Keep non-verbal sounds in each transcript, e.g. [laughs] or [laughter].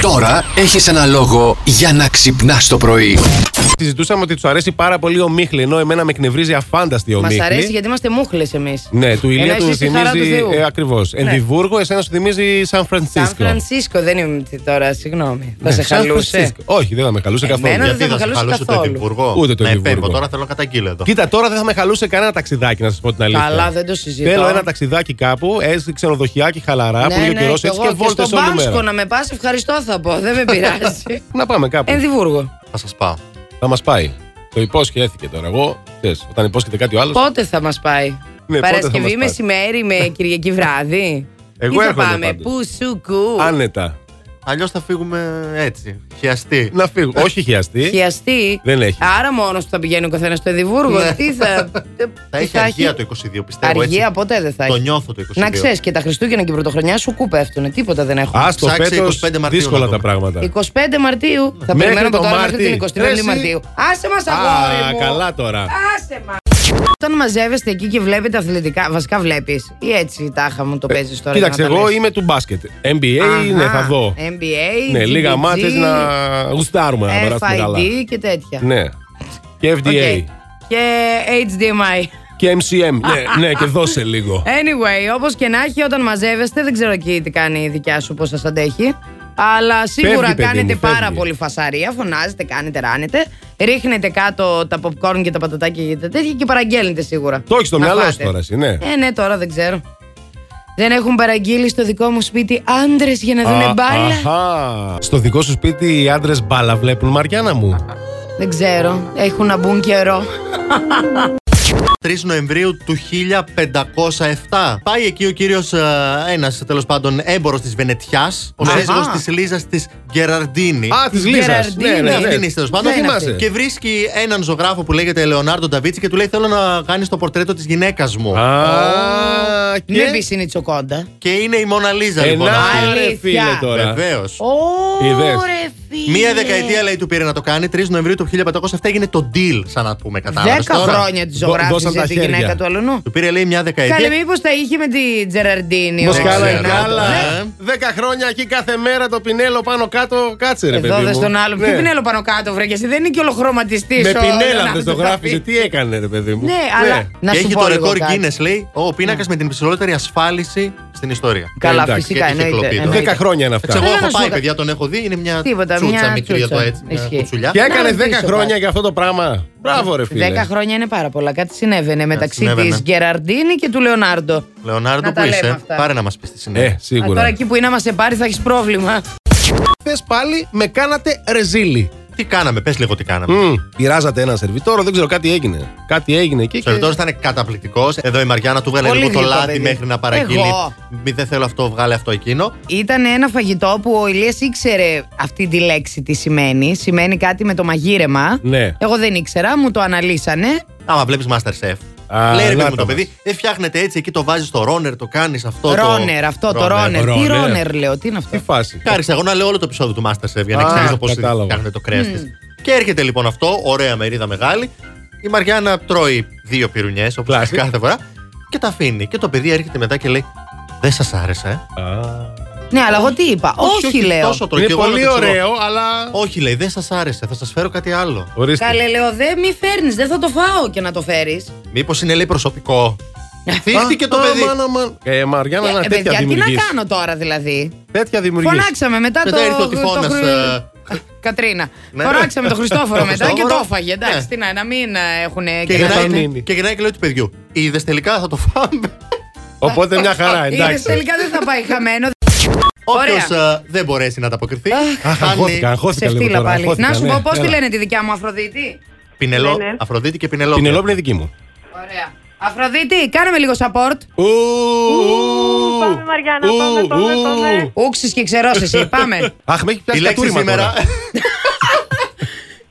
Τώρα έχεις ένα λόγο για να ξυπνάς το πρωί. Συζητούσαμε ότι τους αρέσει πάρα πολύ ο Μίχλη, ενώ εμένα με εκνευρίζει αφάνταστη ο Μας Μίχλη. αρέσει γιατί είμαστε μούχλες εμείς. Ναι, του Ηλία του θυμίζει. Ε, Ακριβώς. Ναι. Ενδιβούργο, εσένα σου θυμίζει Σαν Σαν Φρανσίσκο. Φρανσίσκο, δεν είμαι τι τώρα, συγγνώμη. Ναι, Θα σε Σαν χαλούσε. Φρανσίσκο. Όχι, δεν θα με χαλούσε Εμένα καθόλου. δεν Γιατί- θα με χαλούσε το καθόλου. Υπουργό. Ούτε τον ναι, Υφυπουργό. φεύγω, τώρα θέλω να καταγγείλω εδώ. Κοίτα, τώρα δεν θα με χαλούσε κανένα ταξιδάκι, να σας πω την αλήθεια. Καλά, δεν το συζητώ. Θέλω ένα ταξιδάκι κάπου, έτσι ξενοδοχιάκι χαλαρά, που είναι ο καιρό κι έτσι Ναι, εγώ. και βόλτες στον όλη Πάσκο μέρα. να με πας, ευχαριστώ θα πω. Δεν με [laughs] πειράζει. Να πάμε κάπου. Ενδιβούργο. Θα σας πάω. Θα μας πάει. Το υπόσχέθηκε τώρα. Εγώ, ξέρεις, όταν υπόσχεται κάτι ο άλλος. Πότε θα μας πάει. Ναι, πότε θα μας Παρασκευή πάει. μεσημέρι με [laughs] Κυριακή βράδυ. Εγώ Ή θα έρχομαι πάμε. πάντως. Πού σου κου. Άνετα. Αλλιώς θα φύγουμε έτσι. Χιαστή. Να φύγω. Όχι χιαστή. Χιαστεί. Δεν έχει. Άρα μόνος που θα πηγαίνει ο καθένας στο Εδιμβούργο. Ναι. Τι [laughs] θα. Θα τι έχει αργία το 22, πιστεύω. έτσι. Αργία ποτέ δεν θα Το έχει. νιώθω το 22. Να ξέρεις και τα Χριστούγεννα και η Πρωτοχρονιά σου κου πέφτουνε. Τίποτα δεν έχω. Α το Ψάξε φέτος 25 Μαρτίου να δύσκολα δούμε. τα πράγματα. 25 Μαρτίου. Θα Μέχρι περιμένω από το τώρα Μάρτι. μέχρι την 25 Εσύ. Μαρτίου. Άσε μας αγόρι Α, μου. καλά τώρα. Άσε μας. Όταν μαζεύεστε εκεί και βλέπετε αθλητικά, βασικά βλέπεις. Ή έτσι τάχα μου το παίζεις τώρα. Ε, Κοίταξε, για να τα εγώ λες. είμαι του μπάσκετ. NBA, Αχα, Ε, ναι, θα δω. NBA, Ναι, λίγα GBG, μάτια να γουστάρουμε να περάσουμε καλά. FID και τέτοια. Ναι. Και Οκ. FDA. Και HDMI. Και MCM. ναι, ναι, και δώσε λίγο. Anyway, όπως και να έχει, όταν μαζεύεστε, δεν ξέρω εκεί τι κάνει η δικιά σου, πώς σας αντέχει. Αλλά σίγουρα Φεύγει, παιδί κάνετε μου, πάρα φεύγει. πολύ φασαρία. Φωνάζετε, κάνετε, ράνετε. Ρίχνετε κάτω τα popcorn και τα πατατάκια και τα τέτοια και παραγγέλνετε σίγουρα. Το έχεις στο Να μυαλό σου φάτε. τώρα εσύ, ναι. Ε, ναι, τώρα δεν ξέρω. Δεν έχουν παραγγείλει στο δικό μου σπίτι άντρες για να δουν Α, Ε, μπάλα. αχα. Στο δικό σου σπίτι οι άντρες μπάλα βλέπουν, Μαριάννα μου. Δεν ξέρω. Έχουν να μπουν καιρό. 3 Νοεμβρίου του 1507. Πάει εκεί ο κύριος ένας τέλος πάντων έμπορο της Βενετιάς, ο Αχα. σύζυγο της Λίζας της Γκεραρντίνη. Α, της Λίζας. Γεραρντίνη. Ναι, Ναι, ναι, αυτή ναι. είναι τέλος πάντων. Ναι, είναι αυτή. Και βρίσκει έναν ζωγράφο που λέγεται Λεωνάρντο Νταβίτσι και του λέει: Θέλω να κάνεις το πορτρέτο της γυναίκας μου. Α, Και... Δεν και. πεις είναι η τσοκόντα. Και είναι η Μόνα Λίζα, λοιπόν. Ενά, Αλήθεια. ρε φίλε τώρα. Βεβαίως. Είδες. Ωρε φίλε. Μία δεκαετία λέει του πήρε να το κάνει. 3 Νοεμβρίου του 1507 έγινε το deal, σαν να πούμε κατάλαβες. Δέκα χρόνια της Δώ- δώσαν τα ζωγράφησε τη χέρια. γυναίκα του αλουνού. Του πήρε λέει μια Ε, Καλή, δεκαετία. μήπως τα είχε με τη Τζεραρντίνη. ο Μοσκάλα, ξέρω. εγκάλα. Ναι. Δέκα χρόνια εκεί κάθε μέρα το πινέλο πάνω κάτω, κάτσε ρε παιδί. Εδώ δες μου. στον άλλο. Ναι. Ποιο πινέλο πάνω κάτω, βρε, και εσύ δεν είναι και ολοχρωματιστής. Με πινέλα δεν το γράφησε, τι έκανε ρε παιδί μου. Ναι, αλλά. Να Και σου έχει πω το λίγο ρεκόρ κάτι. Ναι. Guinness, λέει, ο πίνακας με την υψηλότερη ασφάλιση στην ιστορία. Καλά, Εντάξει, φυσικά και είχε εννοείται. κλοπή. εννοείται. Δέκα χρόνια είναι αυτά. Εντάξει, εγώ Θέλω να έχω σου πάει, κα- παιδιά, τον έχω δει. Είναι μια Τίποτα, μια τσούτσα μικρή τσούτσα. εδώ έτσι. Μια Ισχύει. κουτσουλιά. Και Να έκανε ρωτήσω 10 κάτι. χρόνια για αυτό το πράγμα. Μπράβο, ρε φίλε. Δέκα χρόνια είναι πάρα πολλά. Κάτι συνέβαινε μεταξύ συνέβαινε. της Γκεραρντίνη και του Λεωνάρντο. Λεωνάρντο, Να τα πού λέμε είσαι. αυτά. Πάρε να μας πεις τι Ε, συνέβη. Α, Τώρα σίγουρα. εκεί που είναι, άμα σε πάρει, θα έχεις πρόβλημα. Χθε πάλι με κάνατε ρεζίλι. Τι κάναμε, πες λίγο τι κάναμε. Μμμ. Πειράζατε ένα σερβιτόρο, δεν ξέρω, κάτι έγινε. Κάτι έγινε εκεί. Ο και- σερβιτόρος ήταν καταπληκτικός. Εδώ η Μαριάννα του βγάλε Πολύ λίγο το γλυκό, λάδι παιδί. μέχρι να παραγγείλει. Εγώ. Μη δεν θέλω αυτό, βγάλε αυτό εκείνο. Ήταν ένα φαγητό που ο Ηλίας ήξερε αυτή τη λέξη τι σημαίνει. Σημαίνει κάτι με το μαγείρεμα. Ναι. Εγώ δεν ήξερα, μου το αναλύσανε. Άμα βλέπεις Masterchef. Α, Λέει ρε παιδί λάτα μου το μας. παιδί, δεν φτιάχνεται έτσι εκεί, το βάζεις στο ρόνερ, το κάνεις αυτό. το- ρόνερ, αυτό το ρόνερ. Τι Ρόνερ. ρόνερ λέω, τι είναι Τι αυτό. φάση. Κάρισα, εγώ να λέω όλο το επεισόδιο του Masterchef για να Α, εξηγήσω πώς κατάλαβα. φτιάχνεται το κρέας της. Και έρχεται λοιπόν αυτό, ωραία μερίδα μεγάλη. Η Μαριάννα τρώει δύο πυρουνιές, όπως Classic. κάθε φορά, και τα αφήνει. Και το παιδί έρχεται μετά και λέει: Δεν σας άρεσε. ε?» Ναι, αλλά εγώ τι είπα. Όχι, λέω. Τόσο τρώει. Είναι Και εγώ πολύ λέω, «Δεν ξέρω». ωραίο, αλλά. Όχι, λέει, δεν σας άρεσε. Θα σας φέρω κάτι άλλο. Ορίστε. Καλέ, λέω, δεν μη φέρνεις, δεν θα το φάω και να το φέρεις. Ε, Μήπως είναι, λέει, προσωπικό. Θύχτηκε το Α, παιδί. μάνα, μάνα. Ε, Μαριάννα, να Ε, παιδιά, τέτοια τι να δημιουργείς. κάνω τώρα δηλαδή. Τέτοια δημιουργείς. Φωνάξαμε μετά, Μετά το. ήρθε ο το τυφώνας, χρυ- ε, Κατρίνα. Ναι. Φωνάξαμε τον [laughs] Χριστόφορο Τον μετά και το Χριστόφορο. έφαγε. Ναι. Εντάξει, τι να, να μην ε, έχουν Και να γυρνάει, το μείνει. και, γυρνάει και λέει του παιδιού. Είδες τελικά θα το φάμε. Οπότε μια χαρά, Είδες, εντάξει. τελικά δεν θα πάει [laughs] χαμένο. Ωραία. Όποιο ε, δεν μπορέσει να ανταποκριθεί, Αχ, αγχώθηκα, χάνει αγχώθηκα λίγο Ξεφτύλα τώρα. πάλι. αγχώθηκα, Να σου ναι. πω πώ τη Έλα. λένε τη δικιά μου Αφροδίτη. Πινελό, Ναι, ναι. Αφροδίτη και Πινελό. Την Ελόπη είναι δική μου. Ωραία. Αφροδίτη, κάναμε λίγο support. Ου, ου, πάμε, Μαριάννα, ου, πάμε, πάμε, ου. πάμε. Ούξεις και ξερό [laughs] εσύ. Πάμε. Αχ, με έχει Η πιάσει λέξη κατούριμα σήμερα. τώρα. [laughs]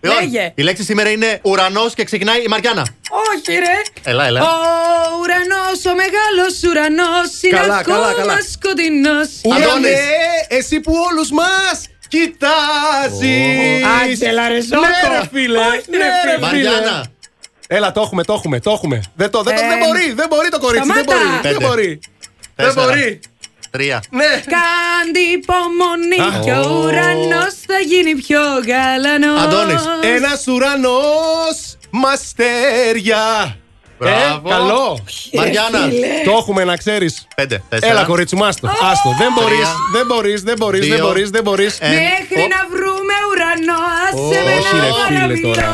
Λοιπόν, Λέγε. Η λέξη σήμερα είναι ουρανός και ξεκινάει η Μαριάννα. Όχι, ρε. Ελά, Ο ελά. ουρανός, ο μεγάλος ουρανός είναι Καλά, καλά, ακόμα καλά. σκοτεινός. Ουρανέ, Αντώνης. ναι, εσύ που όλους μας κοιτάζεις. Άντε, Λαρεζόκο. Ναι ρε φίλε, ναι ρε φίλε. Μαριάννα. Έλα, το έχουμε, το έχουμε, το έχουμε. Δεν το, δεν, το- Ε, δεν μπορεί, δεν μπορεί το κορίτσι, δεν σταμάτα. μπορεί. Δεν Πέντε. μπορεί. Δεν Τέσσερα. μπορεί. Τρία. Ναι! Κάντε υπομονή Α, και ο ω. ουρανός θα γίνει πιο γαλανός Αντώνης, Ένας ουρανός μαστέρια. Μπράβο. Ε, καλό. Μαριάννα, Το έχουμε να ξέρεις. πέντε, τέσσερα. Έλα, κορίτσι μου, άστο. Άστο. Δεν μπορείς, Τρία. δεν μπορείς, δεν μπορείς, δεν Δύο. μπορείς, δεν μπορείς. Ε, Μέχρι ο- να βρούμε ουρανό Ω, άσε με όχι, να ρε, φίλε, παραμιλώ, τώρα.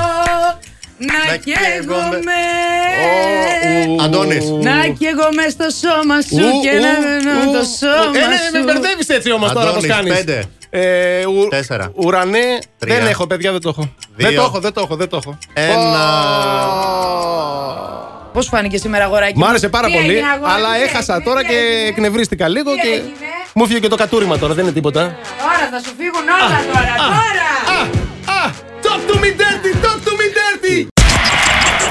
Να Να καίγομαι Ω, ου. Αντώνης. Να καίγομαι στο σώμα σου Ου, και ου, να περνώ ου, το ου. σώμα Ε, ναι, ναι, με σου μπερδεύεις έτσι όμως τώρα πώς Αντώνης, κάνεις. πέντε. Τέσσερα. Ουρανέ. Τρία. Δεν έχω, παιδιά, δεν το έχω. Δύο. Δεν το έχω, δεν το έχω, δεν το έχω. Ε. Ένα. Πώς φάνηκε σήμερα αγοράκι Μ' μου? άρεσε πάρα Τι πολύ, έγινε, αγόρι, αλλά τι έχασα έγινε, τώρα τι και έγινε? εκνευρίστηκα λίγο Τι και. έγινε? Μου φύγει και το κατούριμα τώρα, δεν είναι τίποτα. Τώρα θα σου φύγουν όλα τώρα, τώρα Α! Talk to me dirty, talk to me dirty!